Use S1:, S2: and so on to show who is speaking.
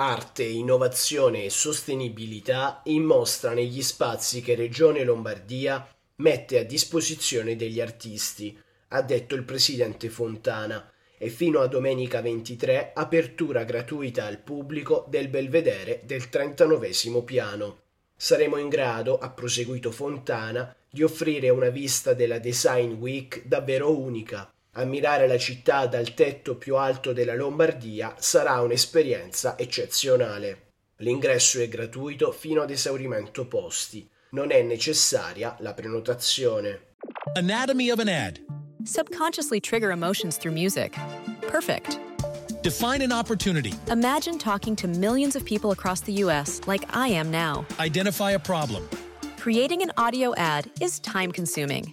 S1: Arte, innovazione e sostenibilità in mostra negli spazi che Regione Lombardia mette a disposizione degli artisti, ha detto il presidente Fontana, e fino a domenica 23 apertura gratuita al pubblico del belvedere del 39 piano. Saremo in grado, ha proseguito Fontana, di offrire una vista della Design Week davvero unica. Ammirare la città dal tetto più alto della Lombardia sarà un'esperienza eccezionale. L'ingresso è gratuito fino ad esaurimento posti. Non è necessaria la prenotazione.
S2: Anatomy of an ad.
S3: Subconsciously trigger emotions through music. Perfect.
S2: Define an opportunity.
S3: Imagine talking to millions of people across the US like I am now.
S2: Identify a problem.
S3: Creating an audio ad is time consuming.